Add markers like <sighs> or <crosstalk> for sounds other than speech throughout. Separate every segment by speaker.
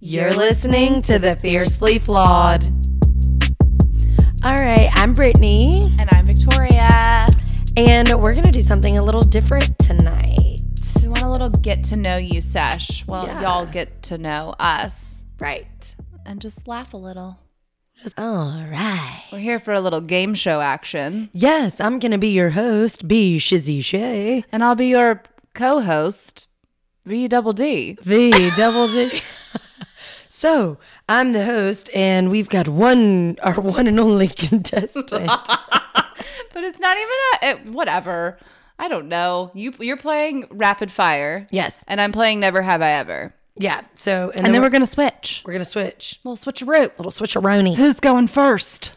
Speaker 1: You're listening to the Fiercely Flawed.
Speaker 2: All right, I'm Brittany,
Speaker 3: And I'm Victoria.
Speaker 2: and we're going to do something a little different tonight.
Speaker 3: We want a little get to know you sesh. Well,
Speaker 2: Yeah.
Speaker 3: y'all get to know us
Speaker 2: Right.
Speaker 3: and just laugh a little.
Speaker 2: Just, all right.
Speaker 3: We're here for a little game show <laughs> action.
Speaker 2: Yes, I'm going to be your host, B Shizzy Shay.
Speaker 3: And I'll be your co host, V double D.
Speaker 2: V double D. So, I'm the host, and we've got one, our one and only <laughs> contestant.
Speaker 3: But it's not even a, it, whatever. I don't know. You, you're playing Rapid Fire.
Speaker 2: yes.
Speaker 3: And I'm playing Never Have I Ever.
Speaker 2: Yeah. So, and,
Speaker 3: And, then we're, going to switch.
Speaker 2: we're going to switch.
Speaker 3: We'll switch a route.
Speaker 2: Little switcheroni.
Speaker 3: Who's going first?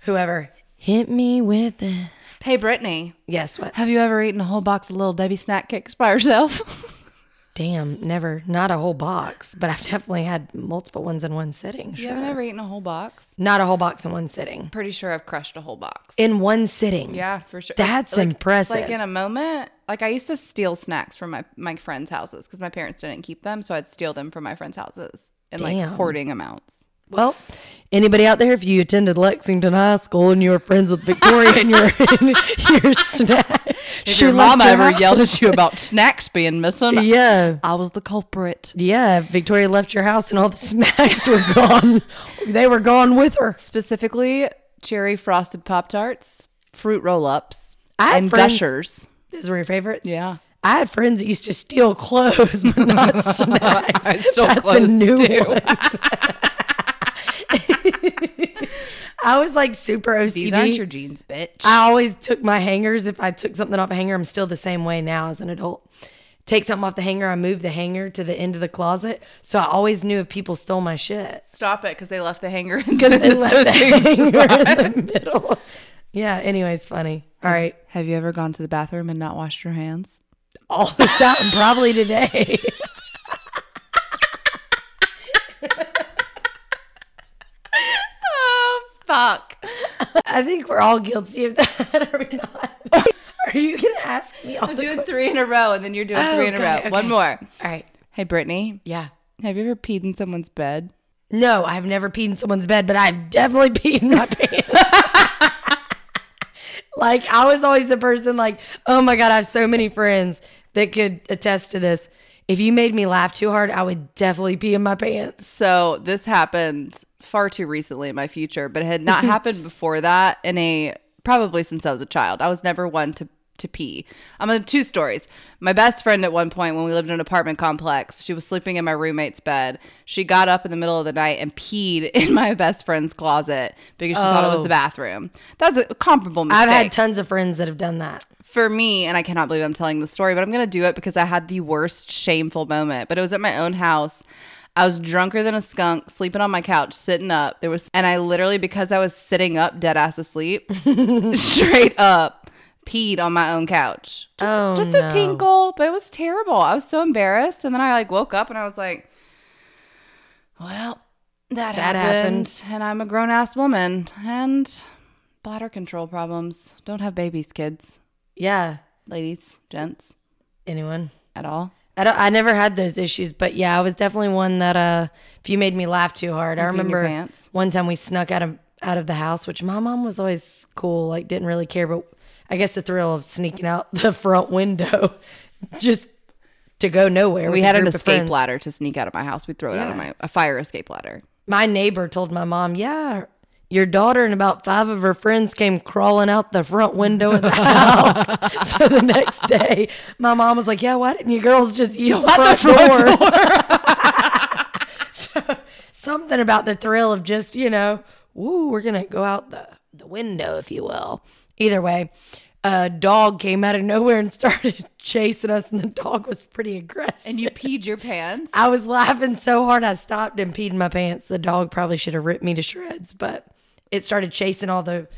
Speaker 2: Whoever hit me with it.
Speaker 3: Hey, Brittany.
Speaker 2: Yes. What?
Speaker 3: Have you ever eaten a whole box of little Debbie snack cakes by <laughs> yourself?
Speaker 2: Damn, never. Not a whole box, but I've definitely had multiple ones in one sitting.
Speaker 3: You
Speaker 2: Sure.
Speaker 3: haven't ever eaten a whole box?
Speaker 2: Not a whole box in one sitting.
Speaker 3: Pretty sure I've crushed a whole box.
Speaker 2: In one sitting.
Speaker 3: yeah, for sure.
Speaker 2: That's impressive.
Speaker 3: Like in a moment, like I used to steal snacks from my, my friends' houses because my parents didn't keep them. So I'd steal them from my friends' houses in like
Speaker 2: Damn.
Speaker 3: hoarding amounts.
Speaker 2: well, anybody out there, if you attended Lexington High School and you were friends with Victoria and <laughs> your your snack,
Speaker 3: If
Speaker 2: she
Speaker 3: your
Speaker 2: left
Speaker 3: mama ever
Speaker 2: house-
Speaker 3: yelled at you about snacks being missing,
Speaker 2: Yeah,
Speaker 3: I was the culprit.
Speaker 2: yeah. Victoria left your house and all the <laughs> snacks were gone. They were gone with her.
Speaker 3: Specifically, cherry frosted Pop Tarts, fruit roll ups,
Speaker 2: I had
Speaker 3: and
Speaker 2: friends-
Speaker 3: gushers.
Speaker 2: Those were your favorites.
Speaker 3: <laughs> Yeah.
Speaker 2: I had friends that used to steal clothes, but
Speaker 3: <laughs>
Speaker 2: not snacks.
Speaker 3: I stole
Speaker 2: That's a
Speaker 3: clothes,
Speaker 2: new
Speaker 3: too.
Speaker 2: one. I was like super OCD.
Speaker 3: These aren't your jeans, bitch.
Speaker 2: I always took my hangers. If I took something off a hanger, I'm still the same way now as an adult. Take something off the hanger, I move the hanger to the end of the closet. So I always knew if people stole my
Speaker 3: <laughs>
Speaker 2: shit.
Speaker 3: Stop it because they left the hanger.
Speaker 2: <laughs> Because they left the hanger in the middle. Yeah, anyways, funny. All right.
Speaker 3: Have you ever gone to the bathroom and not washed your hands?
Speaker 2: All <laughs> the time, probably today.
Speaker 3: Oh, fuck.
Speaker 2: I think we're all guilty of that, <laughs> are we
Speaker 3: <laughs>
Speaker 2: not? Are you gonna ask me all
Speaker 3: I'm
Speaker 2: the
Speaker 3: doing three in a row, and then you're doing
Speaker 2: Oh,
Speaker 3: three in a
Speaker 2: got
Speaker 3: row.
Speaker 2: it, okay.
Speaker 3: One more.
Speaker 2: All right.
Speaker 3: Hey, Brittany,
Speaker 2: Yeah.
Speaker 3: have you ever peed in someone's bed?
Speaker 2: No, I've never peed in someone's bed, but I've definitely <laughs> peed in my pants. <laughs> like I was always the person like, oh my God, I have so many friends that could attest to this. If you made me laugh too hard, I would definitely pee in my pants.
Speaker 3: So this happened far too recently in my future, but it
Speaker 2: <laughs>
Speaker 3: had not happened before that in a probably since I was a child. I was never one to to pee. I'm gonna two stories. My best friend at one point when we lived in an apartment complex, she was sleeping in my roommate's bed. She got up in the middle of the night and peed <laughs> in my best friend's closet because she thought it was
Speaker 2: Oh.
Speaker 3: the bathroom. That's a comparable mistake
Speaker 2: I've had tons of friends that have done that.
Speaker 3: for me, and I cannot believe I'm telling this story, but I'm going to do it because I had the worst shameful moment. But it was at my own house. I was drunker than a skunk, sleeping on my couch, sitting up. There was, and I literally, because I was sitting up, dead ass
Speaker 2: <laughs>
Speaker 3: asleep, straight up, peed on my own couch. Just,
Speaker 2: Oh,
Speaker 3: just a
Speaker 2: no.
Speaker 3: tinkle, but it was terrible. I was so embarrassed. And then I like woke up and I was like, well, that,
Speaker 2: That
Speaker 3: happened. And I'm a grown ass woman and bladder control problems. Don't have babies, kids
Speaker 2: Yeah.
Speaker 3: ladies, gents,
Speaker 2: Anyone?
Speaker 3: at all.
Speaker 2: I don't, I never had those issues, but yeah, I was definitely one that uh, if you made me laugh too hard, I
Speaker 3: pee in your
Speaker 2: remember
Speaker 3: pants?
Speaker 2: one time we snuck out of out of the house, which my mom was always cool, like didn't really care, but I guess the thrill of sneaking out <laughs> the front window <laughs> just to go nowhere.
Speaker 3: We
Speaker 2: with a
Speaker 3: had an
Speaker 2: group of
Speaker 3: escape
Speaker 2: friends.
Speaker 3: ladder to sneak out of my house. We'd throw it out of
Speaker 2: Yeah.
Speaker 3: my a fire escape ladder.
Speaker 2: My neighbor told my mom, "Yeah, your daughter and about five of her friends came crawling out the front window of the <laughs> house." so the next day, my mom was like, "Yeah, why didn't you girls just use the front, door?" <laughs> so, something about the thrill of just you know, woo, we're gonna go out the the window, if you will. Either way. A dog came out of nowhere and <laughs> started chasing us, and the dog was pretty aggressive.
Speaker 3: And you peed your pants.
Speaker 2: I was laughing so hard I stopped and peed in my pants. The dog probably should have ripped me to shreds, but it started chasing all the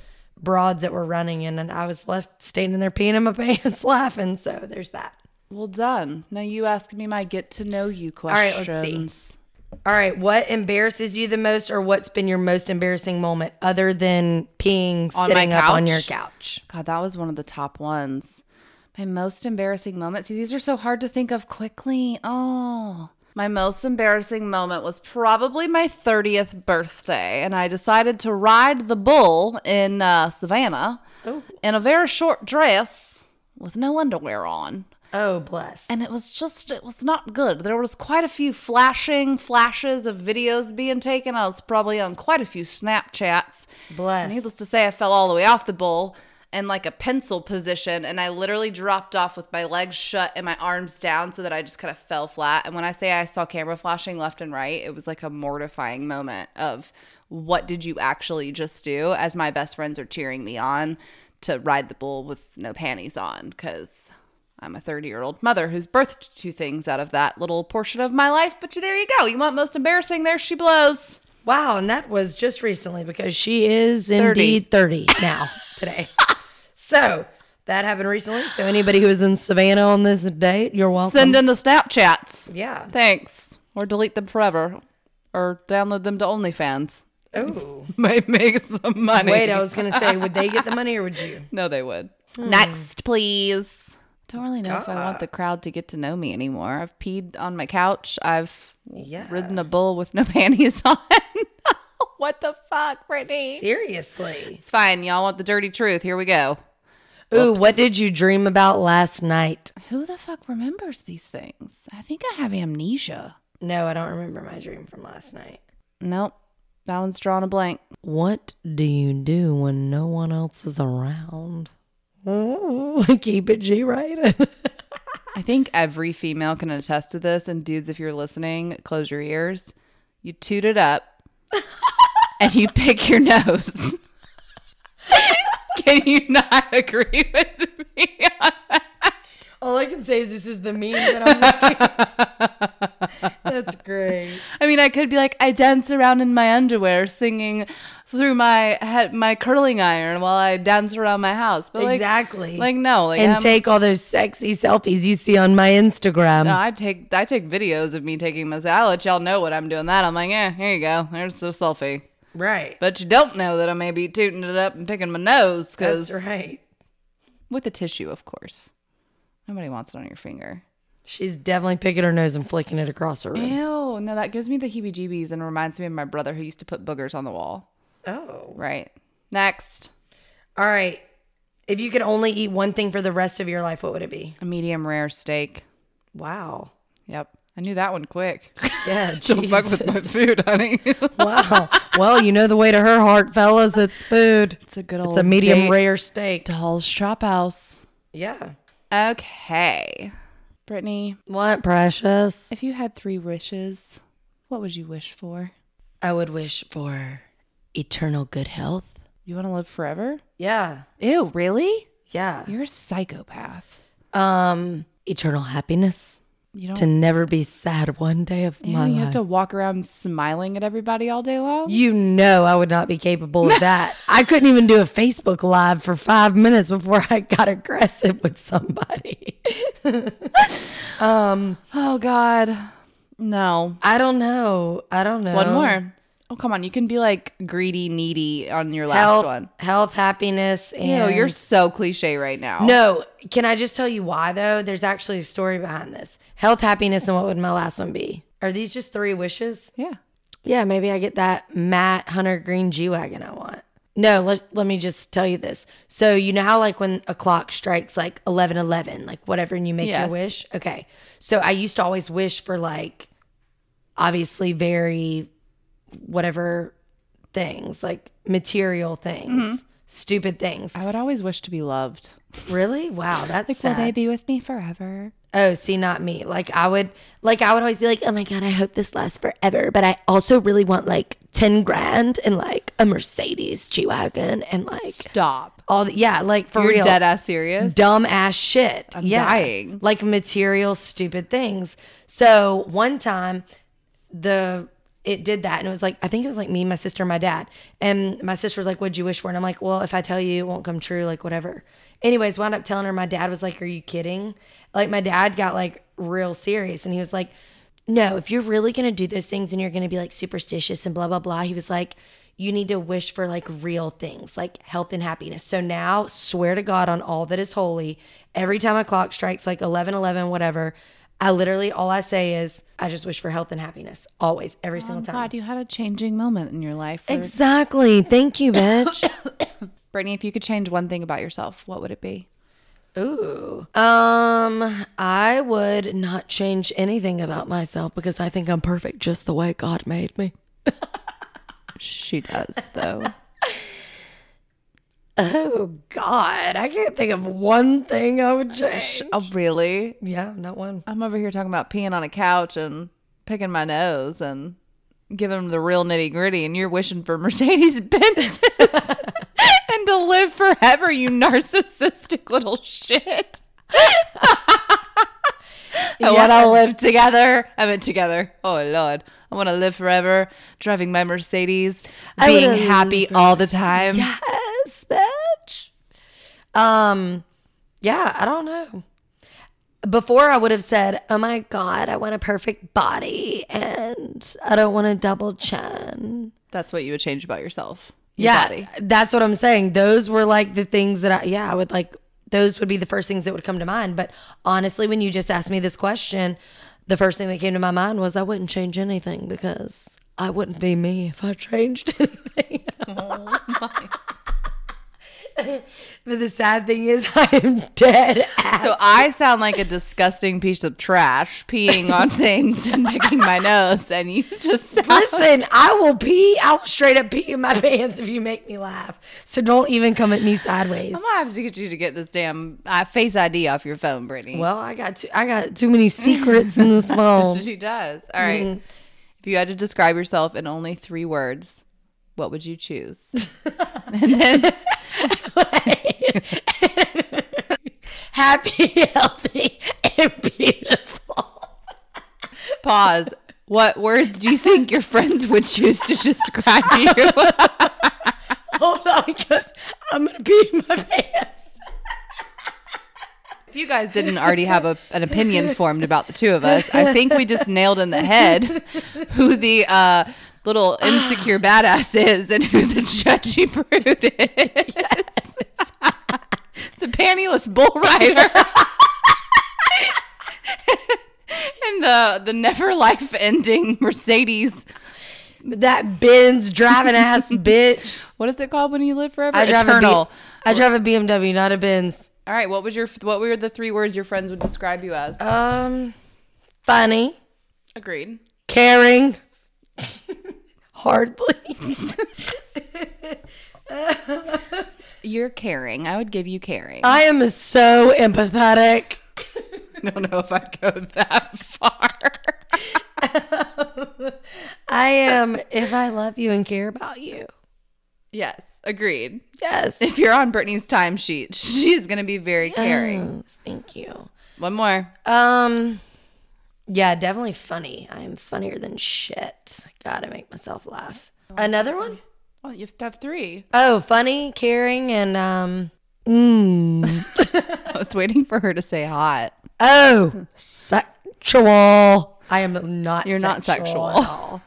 Speaker 2: broads that were running in, and I was left standing there peeing in my <laughs> pants laughing. So there's that.
Speaker 3: <laughs> Well done. Now you ask me my get to know you
Speaker 2: right,
Speaker 3: questions.
Speaker 2: let's see. All right, what embarrasses you the most, or what's been your most embarrassing moment other than peeing
Speaker 3: On my
Speaker 2: sitting up on
Speaker 3: couch?
Speaker 2: your couch?
Speaker 3: God, that was one of the top ones. My most embarrassing moments. See, these are so hard to think of quickly. Oh. My most embarrassing moment was probably my 30th birthday, and I decided to ride the bull in uh, Savannah
Speaker 2: Oh.
Speaker 3: in a very short dress with no underwear on.
Speaker 2: Oh, bless.
Speaker 3: And it was just, it was not good. There was quite a few flashing flashes of videos being taken. I was probably on quite a few Snapchats.
Speaker 2: bless.
Speaker 3: Needless to say, I fell all the way off the bull in like a pencil position, and I literally dropped off with my legs shut and my arms down so that I just kind of fell flat. And when I say I saw camera flashing left and right, it was like a mortifying moment of what did you actually just do as my best friends are cheering me on to ride the bull with no panties on because. I'm a 30 year old mother who's birthed two things out of that little portion of my life, but there you go. You want most embarrassing? There she blows.
Speaker 2: wow, and that was just recently because she is indeed 30 now <laughs> today. so that happened recently. So anybody who was in Savannah on this date, you're welcome.
Speaker 3: Send in the Snapchats.
Speaker 2: yeah.
Speaker 3: Thanks. Or delete them forever. Or download them to OnlyFans. <laughs>
Speaker 2: <laughs> Oh.
Speaker 3: Might make some money.
Speaker 2: Wait, I was gonna say, would they get the money or would you?
Speaker 3: No, they would. Hmm. Next, please. Don't really know if I want the crowd to get to know me anymore. I've peed on my couch. I've
Speaker 2: Yeah.
Speaker 3: ridden a bull with no <laughs> panties on. what the fuck, Brittany?
Speaker 2: Seriously.
Speaker 3: It's fine. Y'all want the dirty truth. Here we go.
Speaker 2: Ooh, what did you dream about last night?
Speaker 3: Who the fuck remembers these things? I think I have amnesia.
Speaker 2: No, I don't remember my dream from last night.
Speaker 3: Nope. That one's drawn a blank.
Speaker 2: What do you do when no one else is around? Ooh, <laughs> keep it G <laughs> rated.
Speaker 3: I think every female can attest to this. And dudes, if you're listening, close your ears. You toot it up
Speaker 2: <laughs>
Speaker 3: and you pick your nose. can you not agree with me?
Speaker 2: All I can say is this is the meme that I'm making.
Speaker 3: <laughs>
Speaker 2: That's great.
Speaker 3: I mean, I could be like, I dance around in my underwear, singing through my head, my curling iron while I dance around my house. But like,
Speaker 2: exactly.
Speaker 3: like no, like
Speaker 2: and
Speaker 3: I'm-
Speaker 2: take all those sexy selfies you see on my Instagram.
Speaker 3: No, I take I take videos of me taking my. I'll let y'all know what I'm doing. That I'm like, yeah, here you go. There's the selfie.
Speaker 2: right.
Speaker 3: But you don't know that I may be tooting it up and picking my nose because
Speaker 2: That's right.
Speaker 3: with a tissue, of course. Nobody wants it on your finger.
Speaker 2: She's definitely picking her nose and flicking it across her room.
Speaker 3: Ew, no, that gives me the heebie jeebies and reminds me of my brother who used to put boogers on the wall.
Speaker 2: Oh.
Speaker 3: Right. Next,
Speaker 2: All right. If you could only eat one thing for the rest of your life, what would it be?
Speaker 3: a medium rare steak.
Speaker 2: Wow.
Speaker 3: Yep. I knew that one quick. <laughs>
Speaker 2: Yeah.
Speaker 3: don't fuck with my food, <laughs> honey.
Speaker 2: wow. Well, you know the way to her heart, fellas. It's food.
Speaker 3: it's a good old
Speaker 2: It's a medium
Speaker 3: date
Speaker 2: rare steak.
Speaker 3: to Hall's Chop House.
Speaker 2: Yeah.
Speaker 3: Okay. Brittany,
Speaker 2: What, precious?
Speaker 3: if you had three wishes, what would you wish for?
Speaker 2: I would wish for eternal good health.
Speaker 3: You want to live forever?
Speaker 2: Yeah.
Speaker 3: Ew, really?
Speaker 2: Yeah.
Speaker 3: You're a psychopath.
Speaker 2: Um, eternal happiness.
Speaker 3: You don't.
Speaker 2: To never be sad one day of
Speaker 3: you
Speaker 2: my
Speaker 3: you
Speaker 2: life.
Speaker 3: have to walk around smiling at everybody all day long.
Speaker 2: You know I would not be capable
Speaker 3: <laughs>
Speaker 2: of that. I couldn't even do a Facebook live for five minutes before I got aggressive with somebody.
Speaker 3: Oh God, no.
Speaker 2: I don't know. I don't know.
Speaker 3: One more. Oh come on, you can be like greedy, needy on your last
Speaker 2: Health,
Speaker 3: one.
Speaker 2: health, happiness, and
Speaker 3: Ew, you're so cliche right now.
Speaker 2: no. Can I just tell you why though? There's actually a story behind this. Health, happiness, and what would my last one be? Are these just three wishes?
Speaker 3: Yeah.
Speaker 2: Yeah, maybe I get that matte hunter green G wagon I want. No, let let me just tell you this. So you know how like when a clock strikes like eleven eleven, like whatever, and you make your
Speaker 3: Yes.
Speaker 2: wish. Okay, so I used to always wish for like, obviously very, whatever, things like material things, stupid things.
Speaker 3: I would always wish to be loved.
Speaker 2: Really? Wow, that's sad.
Speaker 3: be with me forever?
Speaker 2: Oh, see, not me. Like I would, like I would always be like, oh my god, I hope this lasts forever. But I also really want like ten grand and like a Mercedes G wagon and like
Speaker 3: Stop.
Speaker 2: all the yeah, like for
Speaker 3: You're
Speaker 2: real,
Speaker 3: dead ass serious.
Speaker 2: dumb ass shit. I'm
Speaker 3: dying.
Speaker 2: like material stupid things. So one time, the it did that and it was like I think it was like me, my sister, and my dad, and my sister was like, "What'd you wish for?" And I'm like, "Well, if I tell you, it won't come true. Like whatever." Anyways, wound up telling her. My dad was like, "Are you kidding?" Like my dad got like real serious and he was like, "No, if you're really gonna do those things and you're gonna be like superstitious and blah blah blah," he was like. You need to wish for like real things, like health and happiness. So now, swear to God on all that is holy, every time a clock strikes like 11, 11, whatever, I literally all I say is I just wish for health and happiness always every single time.
Speaker 3: Mm-hmm. God, you had a changing moment in your life. Or-
Speaker 2: Oh Exactly. Thank you, bitch.
Speaker 3: Brittany, if you could change one thing about yourself, what would it be?
Speaker 2: <laughs> Ooh. Um, I would not change anything about myself because I think I'm perfect just the way God made me.
Speaker 3: She does, though.
Speaker 2: Oh God, I can't think of one thing I would change.
Speaker 3: <laughs> oh, really?
Speaker 2: Yeah, not one.
Speaker 3: I'm over here talking about peeing on a couch and picking my nose and giving them the real nitty gritty, and you're wishing for <laughs> Mercedes Benz <laughs> and to live forever, you narcissistic little shit. Oh, I want to live together. I meant together. Oh Lord, I want to live forever, driving my Mercedes, being
Speaker 2: wanna
Speaker 3: happy all the time.
Speaker 2: Yes, bitch. Um, yeah, I don't know. Before I would have said, "Oh my God, I want a perfect body, and I don't want a double chin."
Speaker 3: That's what you would change about yourself. Your
Speaker 2: Yeah,
Speaker 3: body.
Speaker 2: that's what I'm saying. Those were like the things that I, yeah, I would like, those would be the first things that would come to mind. But honestly, when you just asked me this question, the first thing that came to my mind was I wouldn't change anything because I wouldn't be me if I changed <laughs>
Speaker 3: <laughs>
Speaker 2: anything. but the sad thing is, I am dead ass.
Speaker 3: So I sound like a disgusting piece of trash,
Speaker 2: <laughs>
Speaker 3: peeing on things and picking my nose, and you just sound
Speaker 2: Listen, I will pee. I will straight up pee in my <laughs> pants if you make me laugh. So don't even come at me sideways.
Speaker 3: I'm gonna have to get you to get this damn uh, face ID off your phone, Brittany.
Speaker 2: Well, I got too, I got too many secrets in this <laughs> phone.
Speaker 3: She does. All right. If you had to describe yourself in only three words, what would you choose?
Speaker 2: happy, healthy, and beautiful.
Speaker 3: Pause. What words do you think your friends would choose to describe you?
Speaker 2: Hold on, because I'm gonna pee in my pants.
Speaker 3: If you guys didn't already have a, an
Speaker 2: <laughs>
Speaker 3: opinion formed about the two of us, I think we just nailed in the head who the uh, little
Speaker 2: <gasps>
Speaker 3: insecure badass is and who the judgy prude is.
Speaker 2: <laughs>
Speaker 3: the pantyless bull rider. <laughs> and the, the never life ending Mercedes.
Speaker 2: That Benz driving <laughs> ass bitch.
Speaker 3: What is it called when you live forever?
Speaker 2: I drive
Speaker 3: Eternal.
Speaker 2: a B- I drive a BMW, not a Benz.
Speaker 3: All right, what was your what were the three words your friends would describe you as?
Speaker 2: Um, funny,
Speaker 3: Agreed.
Speaker 2: caring, hardly.
Speaker 3: You're caring. I would give you caring.
Speaker 2: I am so empathetic.
Speaker 3: I <laughs> don't know if I'd go that <laughs> far.
Speaker 2: I am if I love you and care about you.
Speaker 3: yes, agreed.
Speaker 2: Yes.
Speaker 3: If you're on Brittany's timesheet, <laughs> she's going to be very caring.
Speaker 2: Yes, Thank you.
Speaker 3: One more.
Speaker 2: Um, yeah, definitely funny. I'm funnier than shit. Gotta make myself laugh. Another one?
Speaker 3: Oh, you have to have three.
Speaker 2: Oh, funny, caring, and um, mm.
Speaker 3: <laughs> I was waiting for her to say hot.
Speaker 2: oh, sexual. I am not.
Speaker 3: You're not sexual.
Speaker 2: at all.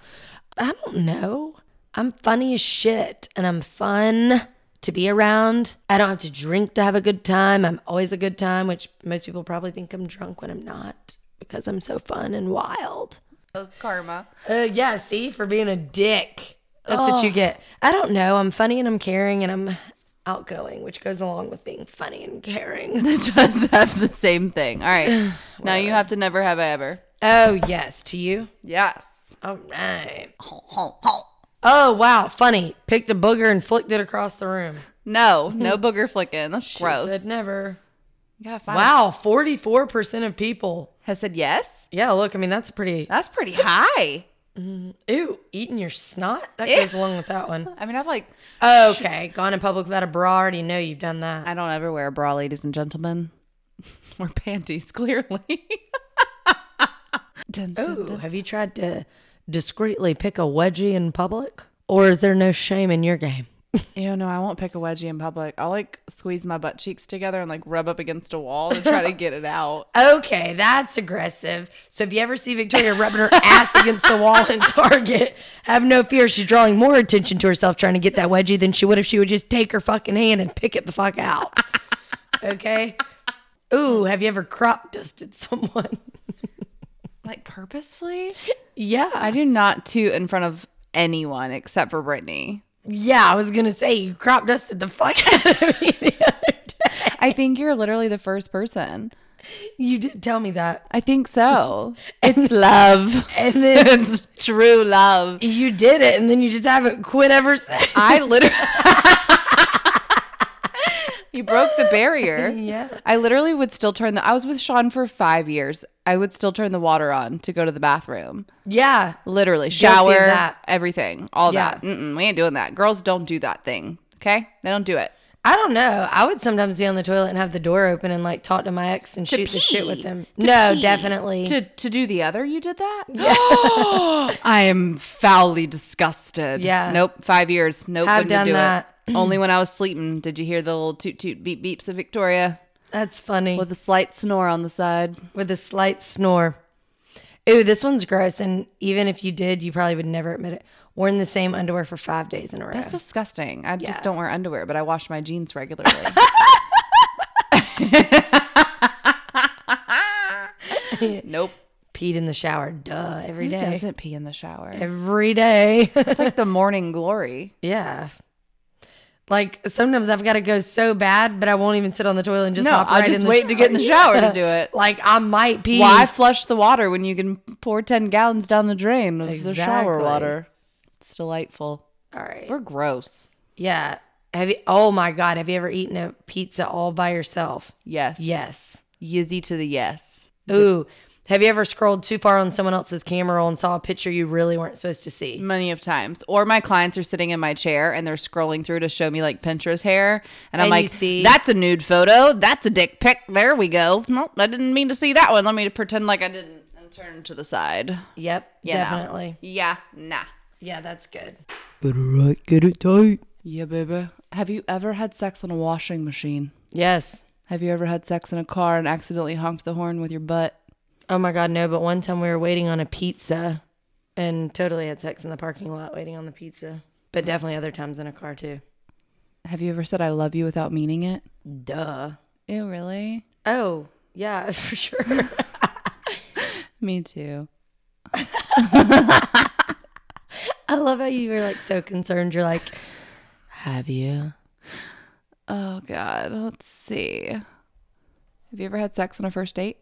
Speaker 2: I don't know. I'm funny as shit, and I'm fun to be around. I don't have to drink to have a good time. I'm always a good time, which most people probably think I'm drunk when I'm not because I'm so fun and wild.
Speaker 3: That's <laughs> karma.
Speaker 2: Uh, yeah, see, for being a dick. That's what you get. I don't know. I'm funny and I'm caring and I'm outgoing, which goes along with being funny and caring. <laughs>
Speaker 3: It does have the same thing. All <sighs> right. now you have to never have I ever.
Speaker 2: oh, yes. To you?
Speaker 3: Yes.
Speaker 2: All right.
Speaker 3: Honk, honk, honk.
Speaker 2: Oh, wow. Funny. Picked a booger and flicked it across the room.
Speaker 3: <laughs> No, no booger flicking. That's
Speaker 2: She
Speaker 3: gross.
Speaker 2: Said never.
Speaker 3: You gotta find-
Speaker 2: Wow. 44% of people.
Speaker 3: Has said yes.
Speaker 2: Yeah, look, I mean, that's pretty.
Speaker 3: That's pretty high.
Speaker 2: Ew, eating your snot? That
Speaker 3: Ew.
Speaker 2: goes along with that <laughs> one.
Speaker 3: I mean, I've like,
Speaker 2: Okay, gone in public without a bra. already know you've done that.
Speaker 3: I don't ever wear a bra, ladies and gentlemen. <laughs> or panties, <laughs> clearly. Dun, dun.
Speaker 2: Ooh, have you tried to discreetly pick a wedgie in public? Or is there no shame in your game?
Speaker 3: Ew, no, I won't pick a wedgie in public. I'll like squeeze my butt cheeks together and like rub up against a wall to try to get it out.
Speaker 2: Okay, that's aggressive. So if you ever see Victoria rubbing her ass against the wall in Target, have no fear she's drawing more attention to herself trying to get that wedgie than she would if she would just take her fucking hand and pick it the fuck out. Okay? Ooh, have you ever crop dusted someone?
Speaker 3: <laughs> Like purposefully?
Speaker 2: Yeah.
Speaker 3: I do not toot in front of anyone except for Brittany.
Speaker 2: yeah, I was going to say, you crop dusted the fuck out of me the other day.
Speaker 3: I think you're literally the first person.
Speaker 2: You did tell me that.
Speaker 3: I think so. <laughs> It's love.
Speaker 2: And then
Speaker 3: <laughs> It's true love.
Speaker 2: you did it, and then you just haven't quit ever since.
Speaker 3: I literally. <laughs> you broke the <laughs> barrier.
Speaker 2: Yeah.
Speaker 3: I literally would still turn the. I was with Sean for five years. I would still turn the water on to go to the bathroom.
Speaker 2: Yeah.
Speaker 3: Literally,
Speaker 2: Guilty of
Speaker 3: shower,
Speaker 2: that.
Speaker 3: everything, all
Speaker 2: Yeah.
Speaker 3: that. Mm-mm, we ain't doing that. Girls don't do that thing. Okay, they don't do it.
Speaker 2: I don't know. I would sometimes be on the toilet and have the door open and like talk to my ex and shoot the shit with him. No, definitely.
Speaker 3: To to do the other, you did that. Yeah. I am foully disgusted.
Speaker 2: Yeah.
Speaker 3: Nope. Five years. Nope.
Speaker 2: Have
Speaker 3: wouldn't
Speaker 2: done
Speaker 3: do
Speaker 2: that.
Speaker 3: It. <clears throat> Only when I was sleeping did you hear the little toot toot beep beeps of Victoria
Speaker 2: That's funny.
Speaker 3: with a slight snore on the side.
Speaker 2: with a slight snore. Ew, this one's gross. And even if you did, you probably would never admit it. Worn the same underwear for five days in a row.
Speaker 3: That's disgusting. I just don't wear underwear, but I wash my jeans regularly. <laughs> nope.
Speaker 2: Peed in the shower, duh, every
Speaker 3: Who
Speaker 2: day.
Speaker 3: doesn't pee in the shower?
Speaker 2: Every day. <laughs>
Speaker 3: It's like the morning glory.
Speaker 2: yeah. Like sometimes I've got to go so bad, but I won't even sit on the toilet and just
Speaker 3: No,
Speaker 2: hop
Speaker 3: I
Speaker 2: right
Speaker 3: just
Speaker 2: in the
Speaker 3: wait to get in the shower <laughs> to do it.
Speaker 2: Like I might pee.
Speaker 3: Why flush the water when you can pour 10 gallons down the drain of the shower
Speaker 2: Exactly.
Speaker 3: water? It's delightful.
Speaker 2: All right.
Speaker 3: We're gross.
Speaker 2: Yeah. Have you? Oh my God. Have you ever eaten a pizza all by yourself?
Speaker 3: Yes.
Speaker 2: Yes.
Speaker 3: Yizzy to the yes.
Speaker 2: Ooh. Have you ever scrolled too far on someone else's camera roll and saw a picture you really weren't supposed to see?
Speaker 3: Many of times. Or my clients are sitting in my chair and they're scrolling through to show me like Pinterest hair. And I'm
Speaker 2: And you
Speaker 3: like,
Speaker 2: see-
Speaker 3: that's a nude photo. That's a dick pic. There we go. Nope, I didn't mean to see that one. Let me pretend like I didn't and turn to the side.
Speaker 2: Yep,
Speaker 3: Yeah, nah.
Speaker 2: definitely.
Speaker 3: Yeah, nah.
Speaker 2: Yeah, that's good.
Speaker 4: Better right, get it tight.
Speaker 3: Yeah, baby. Have you ever had sex on a washing machine?
Speaker 2: Yes.
Speaker 3: Have you ever had sex in a car and accidentally honked the horn with your butt?
Speaker 2: Oh my God, no. But one time we were waiting on a pizza and totally had sex in the parking lot waiting on the pizza. But definitely other times in a car too.
Speaker 3: Have you ever said I love you without meaning it?
Speaker 2: Duh.
Speaker 3: Ew, really?
Speaker 2: Oh, yeah, <laughs> for sure.
Speaker 3: Me too.
Speaker 2: I love how you were like so concerned. You're like, have you?
Speaker 3: Oh god, let's see. Have you ever had sex on a first date?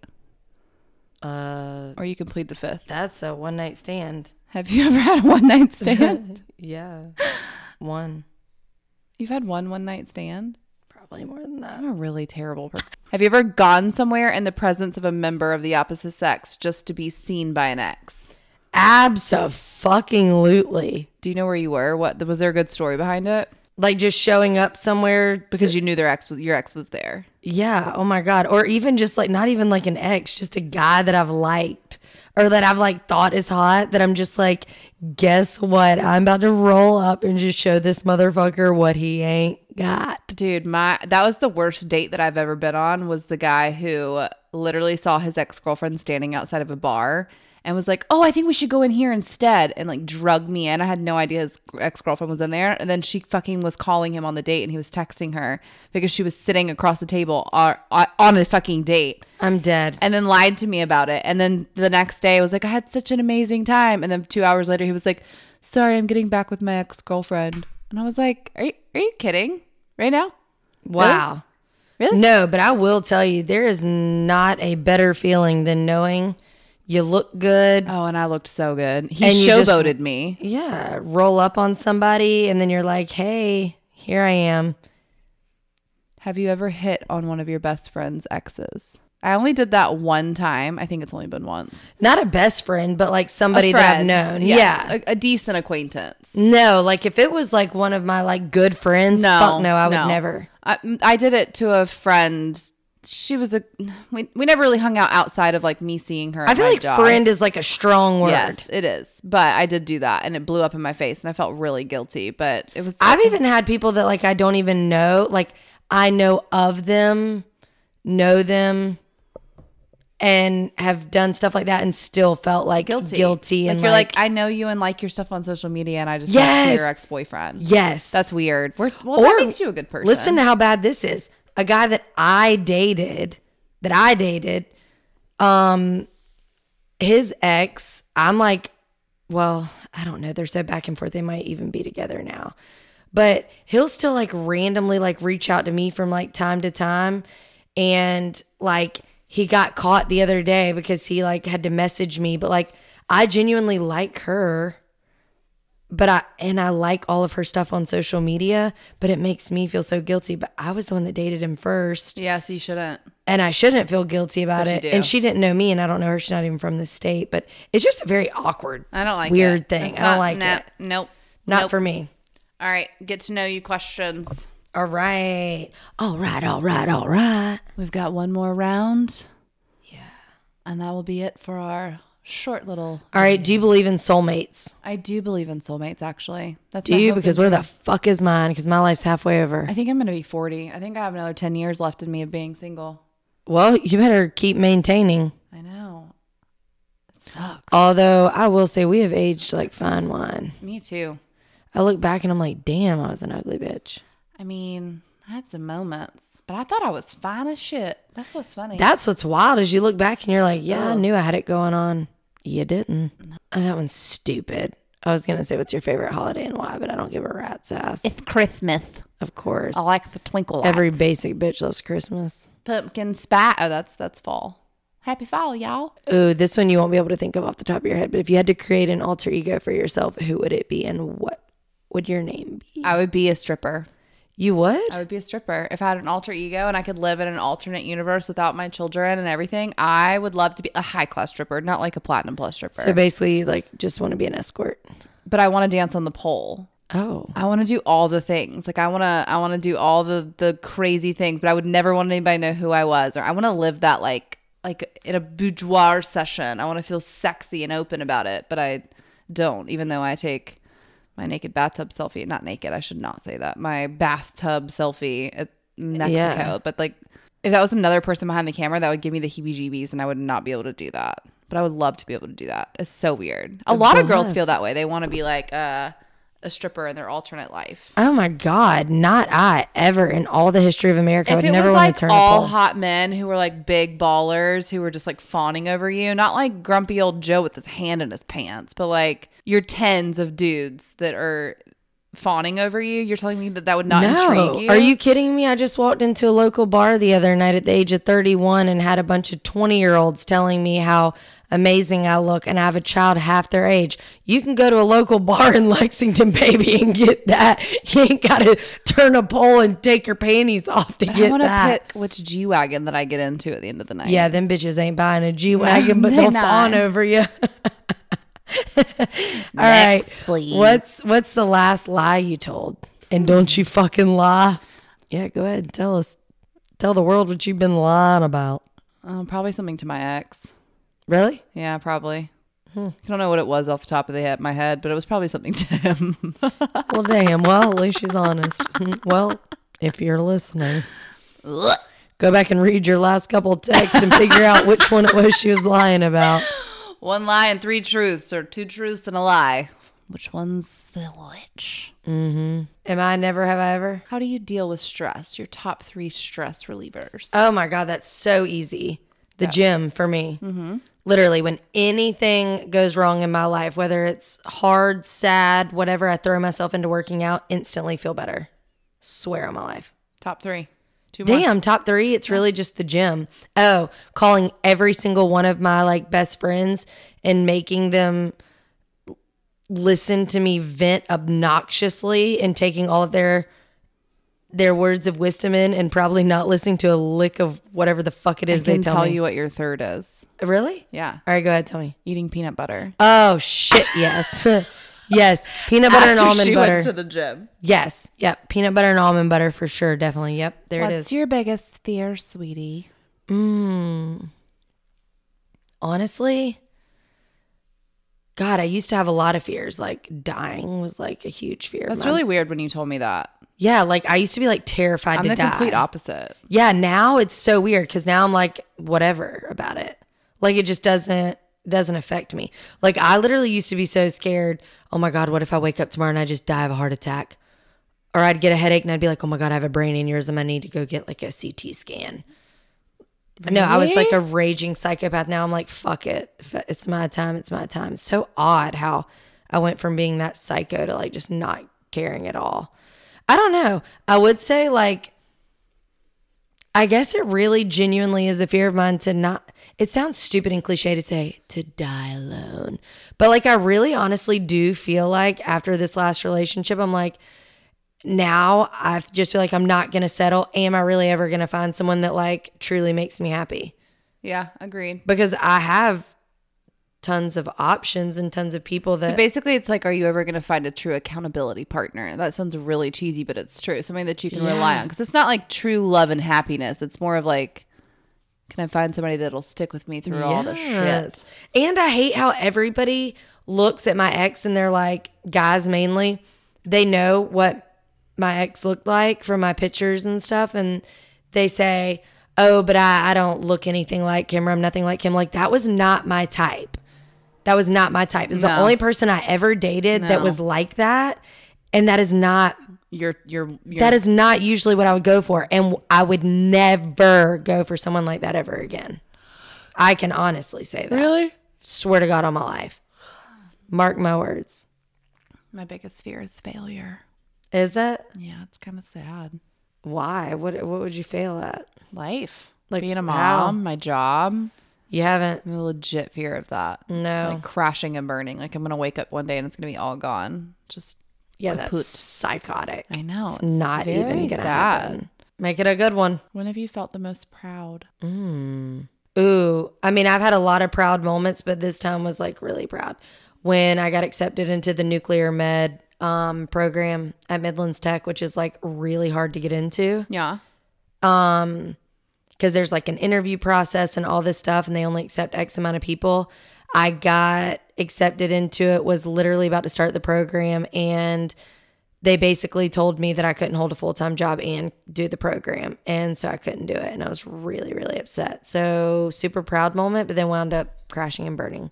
Speaker 2: Uh,
Speaker 3: Or you can plead the fifth.
Speaker 2: that's a one night stand.
Speaker 3: Have you <laughs> ever had a one night stand?
Speaker 2: <laughs> Yeah. One.
Speaker 3: You've had one one night stand?
Speaker 2: Probably more than that.
Speaker 3: I'm a really terrible person. Have you ever gone somewhere in the presence of a member of the opposite sex just to be seen by an ex?
Speaker 2: Abso-fucking-lutely.
Speaker 3: Do you know where you were? What was there a good story behind it?
Speaker 2: Like just showing up somewhere.
Speaker 3: Because you knew their ex was your ex was there.
Speaker 2: Yeah. Oh my God. Or even just like, not even like an ex, just a guy that I've liked or that I've like thought is hot that I'm just like, guess what? I'm about to roll up and just show this motherfucker what he ain't got.
Speaker 3: Dude, my that was the worst date that I've ever been on was the guy who literally saw his ex-girlfriend standing outside of a bar and was like, "Oh, I think we should go in here instead." And like drugged me in. I had no idea his ex-girlfriend was in there. And then she fucking was calling him on the date and he was texting her because she was sitting across the table on, on a fucking date.
Speaker 2: I'm dead.
Speaker 3: and then lied to me about it. And then the next day, I was like, I had such an amazing time. And then two hours later, he was like, Sorry, I'm getting back with my ex girlfriend. And I was like, Are you, are you kidding? Right now?
Speaker 2: Wow.
Speaker 3: Really?
Speaker 2: No, but I will tell you, there is not a better feeling than knowing you look good.
Speaker 3: Oh, and I looked so good. He
Speaker 2: And you just-
Speaker 3: showboated me.
Speaker 2: Yeah. Roll up on somebody and then you're like, hey, here I am.
Speaker 3: Have you ever hit on one of your best friend's exes? I only did that one time. I think it's only been once.
Speaker 2: Not a best friend, but like somebody that I've
Speaker 3: Friend.
Speaker 2: known.
Speaker 3: Yes.
Speaker 2: Yeah.
Speaker 3: A, a decent acquaintance.
Speaker 2: No, like if it was like one of my like good friends,
Speaker 3: No,
Speaker 2: fuck no, I would never.
Speaker 3: I, I did it to a friend. She was a. We, we never really hung out outside of like me seeing her.
Speaker 2: I feel like friend is like a strong word.
Speaker 3: Yes, it is. But I did do that, and it blew up in my face, and I felt really guilty. But it was.
Speaker 2: I've even had people that like I don't even know, like I know of them, know them, and have done stuff like that and still felt like guilty, guilty and
Speaker 3: like you're like, I know you and like your stuff on social media, and I just yes,
Speaker 2: Yes.
Speaker 3: your ex boyfriend.
Speaker 2: yes,
Speaker 3: that's weird. We're, well, that makes you a good person.
Speaker 2: Listen to how bad this is. A guy that I dated, that I dated, um, his ex, I'm like, well, I don't know. They're so back and forth. They might even be together now. But he'll still like randomly like reach out to me from like time to time. And like he got caught the other day because he like had to message me. But like I genuinely like her. But I and I like all of her stuff on social media, but it makes me feel so guilty. But I was the one that dated him first
Speaker 3: Yes, you shouldn't.
Speaker 2: and I shouldn't feel guilty about
Speaker 3: you
Speaker 2: it.
Speaker 3: do.
Speaker 2: And she didn't know me, and I don't know her. She's not even from the state, but it's just a very awkward,
Speaker 3: I don't like
Speaker 2: weird
Speaker 3: it.
Speaker 2: thing.
Speaker 3: That's
Speaker 2: I don't
Speaker 3: not-
Speaker 2: like
Speaker 3: nah,
Speaker 2: it.
Speaker 3: Nope.
Speaker 2: Not
Speaker 3: nope.
Speaker 2: for me.
Speaker 3: All right, get to know you questions.
Speaker 2: All right, all right, all right, all right.
Speaker 3: We've got one more round. Yeah. And that will be it for our short little.
Speaker 2: All right. Do you believe in soulmates?
Speaker 3: I do believe in soulmates, actually. That's
Speaker 2: Do
Speaker 3: my
Speaker 2: you?
Speaker 3: hope
Speaker 2: Because
Speaker 3: and
Speaker 2: where the fuck is mine? Because my life's halfway over.
Speaker 3: I think I'm going to be 40. I think I have another 10 years left in me of being single.
Speaker 2: Well, you better keep maintaining.
Speaker 3: I know. It sucks.
Speaker 2: Although I will say we have aged like fine wine.
Speaker 3: Me too.
Speaker 2: I look back and I'm like, damn, I was an ugly bitch.
Speaker 3: I mean, I had some moments, but I thought I was fine as shit. That's what's funny.
Speaker 2: That's what's wild is you look back and you're like, yeah, I knew I had it going on. You didn't. Oh, that one's stupid. I was gonna say, what's your favorite holiday and why? But I don't give a rat's ass.
Speaker 3: Christmas.
Speaker 2: of course,
Speaker 3: I like the twinkle.
Speaker 2: every basic bitch loves Christmas.
Speaker 3: pumpkin spice. Oh, that's that's fall. Happy fall, y'all.
Speaker 2: Oh, this one you won't be able to think of off the top of your head. But if you had to create an alter ego for yourself, who would it be and what would your name be?
Speaker 3: I would be a stripper.
Speaker 2: You would?
Speaker 3: I would be a stripper. If I had an alter ego and I could live in an alternate universe without my children and everything, I would love to be a high class stripper, not like a platinum plus stripper.
Speaker 2: So basically, you, like, just want to be an escort.
Speaker 3: but I want to dance on the pole.
Speaker 2: Oh,
Speaker 3: I want to do all the things. Like I want to I want to do all the the crazy things, but I would never want anybody to know who I was or I want to live that like like in a boudoir session. I want to feel sexy and open about it, but I don't even though I take my naked bathtub selfie, not naked, I should not say that. My bathtub selfie at Mexico,
Speaker 2: Yeah.
Speaker 3: but like if that was another person behind the camera, that would give me the heebie-jeebies and I would not be able to do that. But I would love to be able to do that. It's so weird. A lot of girls feel that way. They want to be like uh a stripper in their alternate life.
Speaker 2: oh my God! Not I ever in all the history of America. I
Speaker 3: If
Speaker 2: would
Speaker 3: it
Speaker 2: never
Speaker 3: was
Speaker 2: want
Speaker 3: like
Speaker 2: to turn a
Speaker 3: all
Speaker 2: pole.
Speaker 3: hot men who were like big ballers who were just like fawning over you, not like grumpy old Joe with his hand in his pants, but like your tens of dudes that are fawning over you, you're telling me that that would not intrigue you?
Speaker 2: Are you kidding me? I just walked into a local bar the other night at the age of 31 and had a bunch of 20 year olds telling me how amazing I look and I have a child half their age. You can go to a local <laughs> bar in Lexington, baby, and get that. You ain't got to turn a pole and take your panties off to
Speaker 3: I
Speaker 2: get
Speaker 3: want to
Speaker 2: that.
Speaker 3: pick which G wagon that I get into at the end of the night.
Speaker 2: yeah, them bitches ain't buying a G Wagon, but
Speaker 3: they're
Speaker 2: they'll
Speaker 3: not.
Speaker 2: fawn over you. <laughs> All right,
Speaker 3: please.
Speaker 2: What's what's the last lie you told? And don't you fucking lie. Yeah, go ahead and tell us. Tell the world what you've been lying about.
Speaker 3: Oh, probably something to my ex.
Speaker 2: Really?
Speaker 3: Yeah, probably.
Speaker 2: Hmm.
Speaker 3: I don't know what it was off the top of the head, my head, but it was probably something to him. <laughs>
Speaker 2: Well, damn. Well, at least she's honest. <laughs> well, if you're listening, go back and read your last couple of texts and figure out which one it was she was lying about.
Speaker 3: One lie and three truths, or two truths and a lie. Which one's the which?
Speaker 2: Am I never have I ever?
Speaker 3: How do you deal with stress? Your top three stress relievers.
Speaker 2: Oh my God, that's so easy. The gym for me. Literally, when anything goes wrong in my life, whether it's hard, sad, whatever, I throw myself into working out, instantly feel better. Swear on my life.
Speaker 3: top three. Two more.
Speaker 2: Damn, top three. It's really just the gym. Oh, calling every single one of my like best friends and making them listen to me vent obnoxiously and taking all of their their words of wisdom in and probably not listening to a lick of whatever the fuck it
Speaker 3: I
Speaker 2: is they
Speaker 3: can
Speaker 2: tell,
Speaker 3: tell
Speaker 2: me.
Speaker 3: you what your third is.
Speaker 2: Really?
Speaker 3: Yeah.
Speaker 2: All right, go ahead, tell me.
Speaker 3: Eating peanut butter.
Speaker 2: Oh shit, yes. <laughs> yes. Peanut butter and almond butter.
Speaker 3: the gym.
Speaker 2: yes. Yep. Peanut butter and almond butter for sure, definitely. Yep. There it is.
Speaker 3: What's your biggest fear, sweetie?
Speaker 2: honestly god i used to have a lot of fears like dying was like a huge fear of
Speaker 3: That's
Speaker 2: mine.
Speaker 3: really weird when you told me that.
Speaker 2: yeah like i used to be like terrified
Speaker 3: I'm
Speaker 2: to
Speaker 3: the
Speaker 2: die
Speaker 3: complete opposite.
Speaker 2: yeah now it's so weird because now i'm like whatever about it like it just doesn't doesn't affect me like i literally used to be so scared oh my god what if i wake up tomorrow and i just die of a heart attack or i'd get a headache and i'd be like oh my god i have a brain aneurysm i need to go get like a ct scan No, I was like a raging psychopath. Now I'm like, fuck it. If It's my time. It's my time. It's so odd how I went from being that psycho to like just not caring at all. I don't know. I would say like I guess it really genuinely is a fear of mine to not. It sounds stupid and cliche to say to die alone, but like I really honestly do feel like after this last relationship, I'm like, now I just feel like I'm not gonna settle. Am I really ever gonna find someone that like truly makes me happy?
Speaker 3: Yeah, agreed.
Speaker 2: Because I have tons of options and tons of people that
Speaker 3: So basically, it's like, are you ever going to find a true accountability partner? That sounds really cheesy, but it's true. Something that you can rely on. Because it's not like true love and happiness. It's more of like, can I find somebody that'll stick with me through all the shit?
Speaker 2: Yes. And I hate how everybody looks at my ex and they're like, guys mainly, they know what my ex looked like from my pictures and stuff. And they say, oh, but I, I don't look anything like him or I'm nothing like him. Like, that was not my type. That was not my type. It was the
Speaker 3: No.
Speaker 2: only person I ever dated that
Speaker 3: No.
Speaker 2: was like that. And that is not
Speaker 3: You're, you're, you're
Speaker 2: that is not usually what I would go for. And I would never go for someone like that ever again. I can honestly say that. Really? Swear to God on my life. Mark my words.
Speaker 3: my biggest fear is failure.
Speaker 2: Is that
Speaker 3: Yeah, it's kind of sad.
Speaker 2: why? What what would you fail at?
Speaker 3: Life,
Speaker 2: Like,
Speaker 3: like being a mom,
Speaker 2: how?
Speaker 3: my job.
Speaker 2: You haven't?
Speaker 3: I'm a legit fear of that.
Speaker 2: No.
Speaker 3: Like crashing and burning. Like I'm gonna wake up one day and it's gonna be all gone. Just
Speaker 2: yeah,
Speaker 3: kaput.
Speaker 2: that's psychotic.
Speaker 3: I know.
Speaker 2: It's, not even
Speaker 3: very
Speaker 2: gonna
Speaker 3: sad.
Speaker 2: happen. Make it a good one.
Speaker 3: When have you felt the most proud?
Speaker 2: Ooh, I mean, I've had a lot of proud moments, but this time was like really proud when I got accepted into the nuclear med um, program at Midlands Tech, which is like really hard to get into
Speaker 3: Yeah.
Speaker 2: because there's like an interview process and all this stuff, and they only accept X amount of people. I got accepted into it, was literally about to start the program, and they basically told me that I couldn't hold a full time job and do the program. And so I couldn't do it. And I was really, really upset. So super proud moment, but then wound up crashing and burning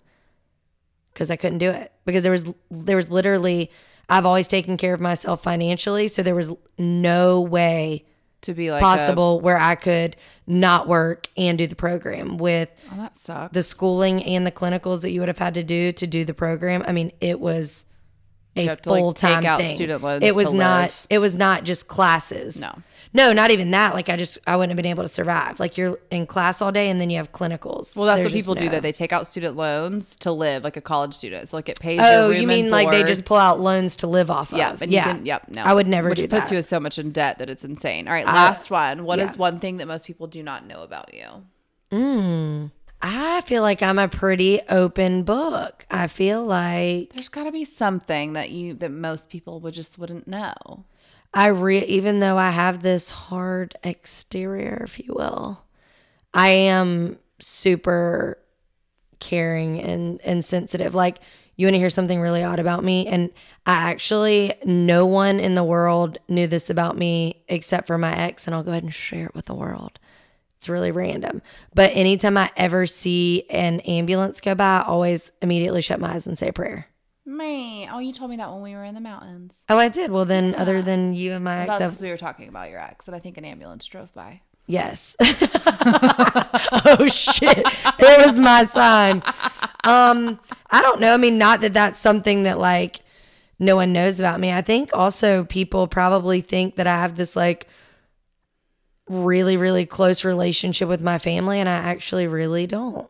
Speaker 2: because I couldn't do it. Because there was there was literally I've always taken care of myself financially. So there was no way
Speaker 3: To be like possible.
Speaker 2: possible where I could not work and do the program with
Speaker 3: oh, that sucks.
Speaker 2: the schooling and the clinicals that you would have had to do to do the program. I mean, it was a
Speaker 3: have to, like,
Speaker 2: full time
Speaker 3: take out
Speaker 2: thing.
Speaker 3: student loans
Speaker 2: it was
Speaker 3: to
Speaker 2: not.
Speaker 3: live.
Speaker 2: It was not just classes.
Speaker 3: No.
Speaker 2: no, not even that. Like I just, I wouldn't have been able to survive. Like you're in class all day and then you have clinicals.
Speaker 3: Well, that's
Speaker 2: There's
Speaker 3: what
Speaker 2: just
Speaker 3: people do.
Speaker 2: no-
Speaker 3: That they take out student loans to live, like a college student. So like it pays.
Speaker 2: Oh,
Speaker 3: your room
Speaker 2: you mean
Speaker 3: and
Speaker 2: like they
Speaker 3: board.
Speaker 2: just pull out loans to live off
Speaker 3: Yeah,
Speaker 2: of?
Speaker 3: and
Speaker 2: yeah,
Speaker 3: you can, yep. No,
Speaker 2: I would never
Speaker 3: Which
Speaker 2: do
Speaker 3: puts
Speaker 2: that.
Speaker 3: you so much in debt that it's insane. All right, last one. What is
Speaker 2: yeah.
Speaker 3: one thing that most people do not know about you?
Speaker 2: I feel like I'm a pretty open book. I feel like
Speaker 3: There's got to be something that you that most people would just wouldn't know.
Speaker 2: I re even though I have this hard exterior, if you will, I am super caring and and sensitive. Like you want to hear something really odd about me, and I actually no one in the world knew this about me except for my ex, and I'll go ahead and share it with the world. It's really random, but anytime I ever see an ambulance go by, I always immediately shut my eyes and say a prayer.
Speaker 3: Me. Oh, you told me that when we were in the mountains.
Speaker 2: Oh, I did. Well, then, other than you and my ex,
Speaker 3: That's
Speaker 2: I've
Speaker 3: because we were talking about your ex, and I think an ambulance drove by.
Speaker 2: Yes. <laughs> oh shit! It was my sign. Um, I don't know. I mean, not that that's something that like no one knows about me. I think also people probably think that I have this like really really close relationship with my family, and I actually really don't.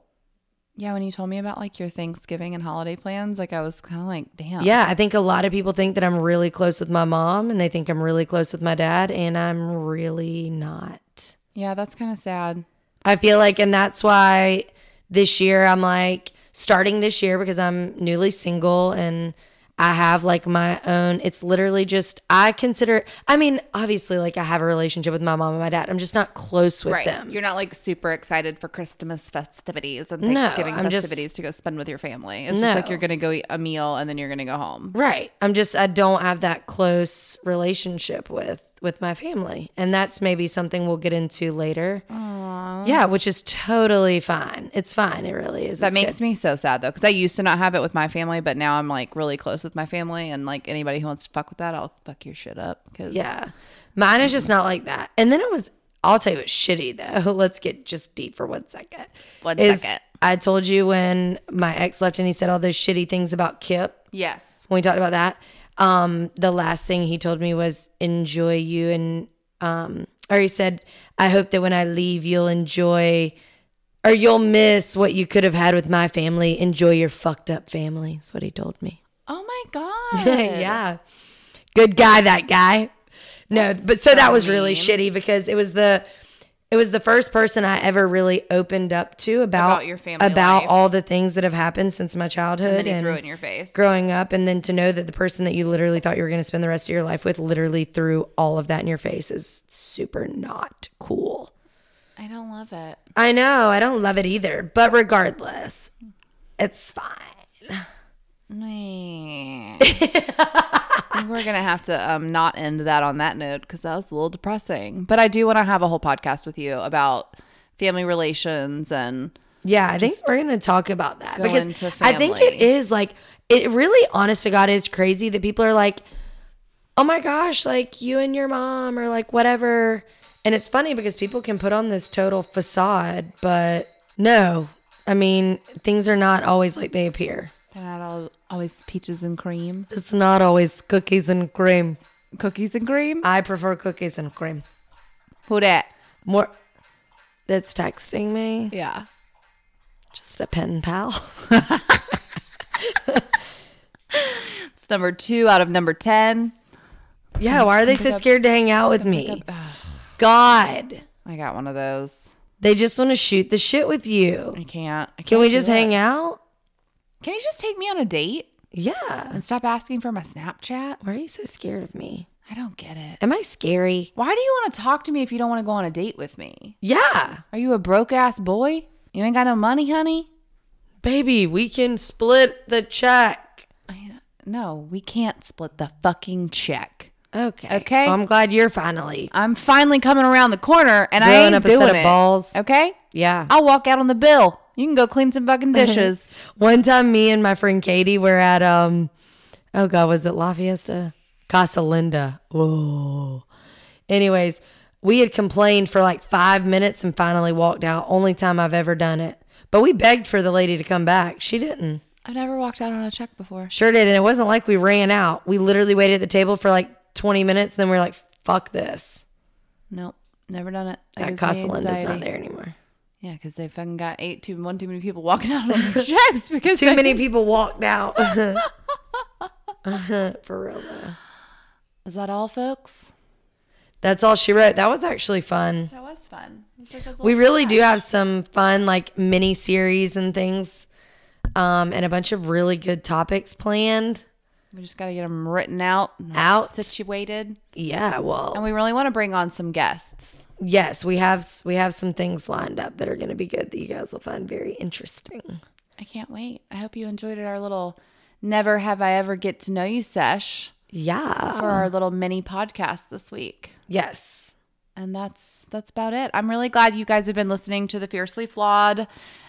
Speaker 3: Yeah, when you told me about like your Thanksgiving and holiday plans, like I was kind of like, damn.
Speaker 2: Yeah, I think a lot of people think that I'm really close with my mom, and they think I'm really close with my dad, and I'm really not.
Speaker 3: Yeah, that's kind of sad.
Speaker 2: I feel like, and that's why this year I'm like starting this year because I'm newly single and I have like my own. It's literally just, I consider, I mean, obviously, like I have a relationship with my mom and my dad. I'm just not close with
Speaker 3: Right.
Speaker 2: them.
Speaker 3: You're not like super excited for Christmas festivities and
Speaker 2: No,
Speaker 3: Thanksgiving
Speaker 2: I'm just-
Speaker 3: festivities to go spend with your family. It's just like
Speaker 2: No.
Speaker 3: you're going to go eat a meal and then you're going to go home.
Speaker 2: right. I'm just, I don't have that close relationship with with my family and that's maybe something we'll get into later yeah which is totally fine it's fine it really is
Speaker 3: That makes me so sad though, because I used to not have it with my family, but now I'm like really close with my family, and like anybody who wants to fuck with that, I'll fuck your shit up. Cause
Speaker 2: Yeah. Mine is just not like that. And then it was I'll tell you what's shitty though. <laughs> Let's get just deep for one second.
Speaker 3: One
Speaker 2: One
Speaker 3: second.
Speaker 2: I told you when my ex left and he said all those shitty things about Kip
Speaker 3: Yes.
Speaker 2: when we talked about that. Um, the last thing he told me was enjoy you and um or he said, I hope that when I leave you'll enjoy or you'll miss what you could have had with my family. Enjoy your fucked up family. That's what he told me.
Speaker 3: Oh
Speaker 2: <laughs>
Speaker 3: my god.
Speaker 2: yeah. Good guy, that guy. No, but so that was really shitty because it was the it was the first person I ever really opened up to about,
Speaker 3: About your family
Speaker 2: about
Speaker 3: life.
Speaker 2: all the things that have happened since my childhood
Speaker 3: And then he threw it in your face.
Speaker 2: growing up and then to know that the person that you literally thought you were going to spend the rest of your life with literally threw all of that in your face is super not cool.
Speaker 3: I don't love it.
Speaker 2: I know, I don't love it either, but regardless, it's fine.
Speaker 3: Meh. I think We're gonna have to um, not end that on that note because that was a little depressing. But I do want to have a whole podcast with you about family relations and
Speaker 2: Yeah, I think we're gonna talk about that
Speaker 3: go
Speaker 2: because
Speaker 3: into
Speaker 2: I think it
Speaker 3: family.
Speaker 2: is like it really, honest to God, is crazy that people are like, "Oh my gosh, like you and your mom or like whatever," and it's funny because people can put on this total facade, but no, I mean things are not always like they appear.
Speaker 3: they're not all, always peaches and cream,
Speaker 2: It's not always cookies and cream.
Speaker 3: cookies and cream.
Speaker 2: I prefer cookies and cream
Speaker 3: Who that?
Speaker 2: more. That's texting me.
Speaker 3: Yeah.
Speaker 2: Just a pen pal.
Speaker 3: It's number two out of number ten.
Speaker 2: Yeah, why are they so scared to hang out with me? God.
Speaker 3: I got one of those.
Speaker 2: They just want to shoot the shit with you.
Speaker 3: I can't. I can't
Speaker 2: Can we
Speaker 3: do
Speaker 2: just
Speaker 3: it.
Speaker 2: hang out?
Speaker 3: Can you just take me on a date
Speaker 2: Yeah.
Speaker 3: and stop asking for my Snapchat?
Speaker 2: Why are you so scared of me?
Speaker 3: I don't get it.
Speaker 2: Am I scary?
Speaker 3: Why do you want to talk to me if you don't want to go on a date with me?
Speaker 2: Yeah.
Speaker 3: Are you a broke ass boy? You ain't got no money, honey?
Speaker 2: Baby, we can split the check.
Speaker 3: I, no, we can't split the fucking check.
Speaker 2: Okay.
Speaker 3: Okay.
Speaker 2: Well, I'm glad you're finally.
Speaker 3: I'm finally coming around the corner and I
Speaker 2: Growing
Speaker 3: ain't
Speaker 2: up a
Speaker 3: doing
Speaker 2: set of
Speaker 3: it.
Speaker 2: balls.
Speaker 3: Okay?
Speaker 2: Yeah.
Speaker 3: I'll walk out on the bill. You can go clean some fucking <laughs> dishes.
Speaker 2: <laughs> One time, me and my friend Katie were at um, oh god, was it La Fiesta, Casa Linda? Whoa. Anyways, we had complained for like five minutes and finally walked out. Only time I've ever done it. But we begged for the lady to come back. She didn't.
Speaker 3: I've never walked out on a check before.
Speaker 2: Sure did. And it wasn't like we ran out. We literally waited at the table for like 20 minutes. Then we were like, fuck this.
Speaker 3: Nope. Never done it. That
Speaker 2: That
Speaker 3: gives me
Speaker 2: Casa Linda's not
Speaker 3: anxiety.
Speaker 2: there
Speaker 3: <laughs>
Speaker 2: anymore.
Speaker 3: Yeah, because they fucking got eight too one too many people walking out on <laughs> their checks because
Speaker 2: Too many people walked
Speaker 3: <laughs>
Speaker 2: out. <laughs> for real though.
Speaker 3: Is that all, folks?
Speaker 2: That's all she wrote. That was actually fun.
Speaker 3: That was fun.
Speaker 2: We really do have some fun, like mini series and things, um, and a bunch of really good topics planned.
Speaker 3: We just got to get them written out, and
Speaker 2: Out.
Speaker 3: situated,
Speaker 2: Yeah,
Speaker 3: and
Speaker 2: well,
Speaker 3: we really want to bring on some guests.
Speaker 2: yes, we have we have some things lined up that are going to be good that you guys will find very interesting.
Speaker 3: I can't wait. I hope you enjoyed it, our little "Never Have I Ever Get to Know You" sesh
Speaker 2: Yeah.
Speaker 3: for our little mini podcast this week.
Speaker 2: yes.
Speaker 3: And that's that's about it. I'm really glad you guys have been listening to the Fiercely Flawed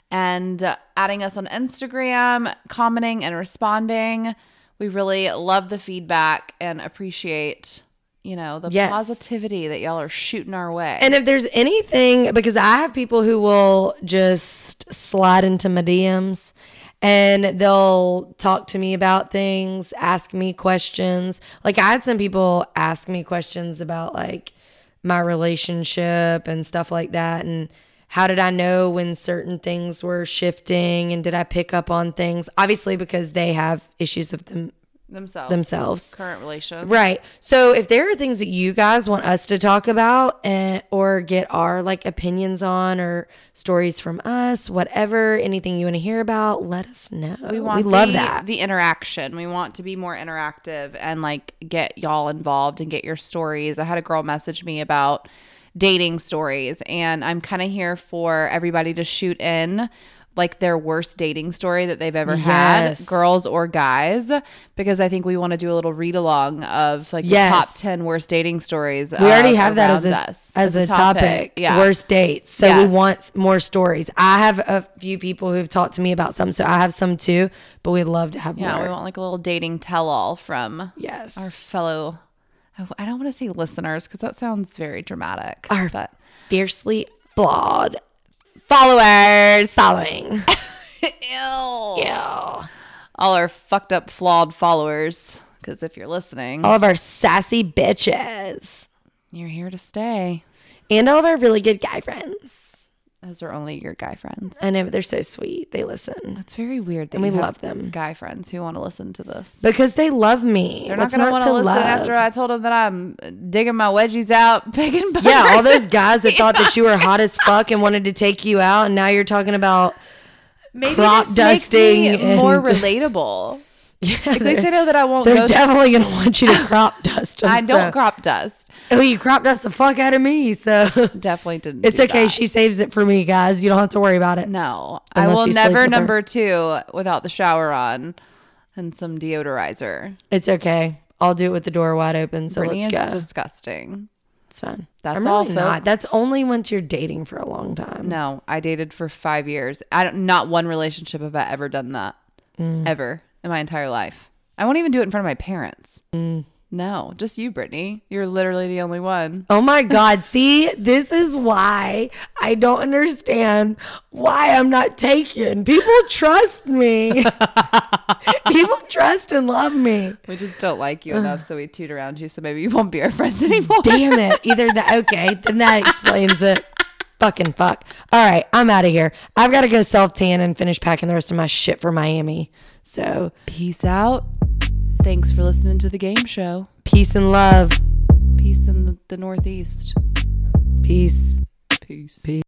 Speaker 3: and uh, adding us on Instagram, commenting and responding. We really love the feedback and appreciate, you know, the
Speaker 2: Yes.
Speaker 3: positivity that y'all are shooting our way.
Speaker 2: And if there's anything, because I have people who will just slide into my DMs and they'll talk to me about things, ask me questions. Like I had some people ask me questions about like my relationship and stuff like that. And how did I know when certain things were shifting? And did I pick up on things? Obviously, because they have issues of them
Speaker 3: themselves.
Speaker 2: themselves.
Speaker 3: Current relations.
Speaker 2: Right. So if there are things that you guys want us to talk about and or get our like opinions on or stories from us, whatever, anything you want to hear about, let us know. We, love
Speaker 3: the,
Speaker 2: that.
Speaker 3: the interaction. We want to be more interactive and like get y'all involved and get your stories. I had a girl message me about dating stories, and I'm kind of here for everybody to shoot in like their worst dating story that they've ever
Speaker 2: Yes.
Speaker 3: had, girls or guys, because I think we want to do a little read along of like
Speaker 2: Yes.
Speaker 3: the top ten worst dating stories.
Speaker 2: We already have that as a as a topic.
Speaker 3: Yeah.
Speaker 2: Worst dates. So
Speaker 3: Yes.
Speaker 2: we want more stories. I have a few people who've talked to me about some, so I have some too, but we'd love to have
Speaker 3: Yeah,
Speaker 2: more.
Speaker 3: we want like a little dating tell all from
Speaker 2: yes.
Speaker 3: our fellow I- I don't want to say listeners because that sounds very dramatic. but
Speaker 2: Fiercely flawed followers following. Yeah.
Speaker 3: all our fucked up, flawed followers. Because if you're listening,
Speaker 2: All of our sassy bitches
Speaker 3: you're here to stay.
Speaker 2: and all of our really good guy friends.
Speaker 3: Those are only your guy friends.
Speaker 2: I know, but they're so sweet. They listen
Speaker 3: It's very weird that
Speaker 2: and we
Speaker 3: you have
Speaker 2: love them
Speaker 3: guy friends who want to listen to this.
Speaker 2: because they love me.
Speaker 3: They're
Speaker 2: What's
Speaker 3: not going
Speaker 2: not
Speaker 3: to want to listen
Speaker 2: love?
Speaker 3: after I told them that I'm digging my wedgies out, <laughs> picking
Speaker 2: <laughs>
Speaker 3: buggers.
Speaker 2: Yeah, all
Speaker 3: <laughs>
Speaker 2: those guys that thought that you were hot as fuck and wanted to take you out, and now you're talking about <laughs>
Speaker 3: Maybe
Speaker 2: crop
Speaker 3: this makes me
Speaker 2: dusting and-
Speaker 3: more relatable. Like they say no, that I
Speaker 2: <laughs>
Speaker 3: won't
Speaker 2: they're
Speaker 3: go.
Speaker 2: definitely gonna want
Speaker 3: <laughs>
Speaker 2: you to crop dust. Them,
Speaker 3: I don't
Speaker 2: so-
Speaker 3: crop dust.
Speaker 2: Oh, you crop dust the fuck out of me, so <laughs>
Speaker 3: Definitely didn't.
Speaker 2: it's
Speaker 3: do
Speaker 2: okay.
Speaker 3: that.
Speaker 2: She saves it for me, guys. You don't have to worry about it.
Speaker 3: No,
Speaker 2: Unless
Speaker 3: I will
Speaker 2: you sleep
Speaker 3: never
Speaker 2: with her.
Speaker 3: number two without the shower on and some deodorizer.
Speaker 2: It's okay. I'll do it with the door wide open. So
Speaker 3: Brittany,
Speaker 2: let's
Speaker 3: it's
Speaker 2: go.
Speaker 3: disgusting.
Speaker 2: It's fine.
Speaker 3: that's
Speaker 2: I'm
Speaker 3: all,
Speaker 2: really not.
Speaker 3: folks.
Speaker 2: That's only once you're dating for a long time.
Speaker 3: No, I dated for five years. I don't. Not one relationship have I ever done that
Speaker 2: Mm.
Speaker 3: ever in my entire life. I won't even do it in front of my parents.
Speaker 2: Mm.
Speaker 3: No, just you, Brittany. You're literally the only one.
Speaker 2: Oh my God. See, this is why I don't understand why I'm not taken. People trust me. <laughs> People trust and love me.
Speaker 3: We just don't
Speaker 2: <sighs>
Speaker 3: like you enough, so we toot around you. So maybe you won't be our <laughs> friends anymore.
Speaker 2: Damn it. Either that, okay, then that explains it. Fucking fuck. All right, I'm out of here. I've got to go self tan and finish packing the rest of my shit for Miami. So
Speaker 3: Peace out. Thanks for listening to the game show.
Speaker 2: peace and love.
Speaker 3: Peace in the, the Northeast.
Speaker 2: Peace.
Speaker 3: Peace.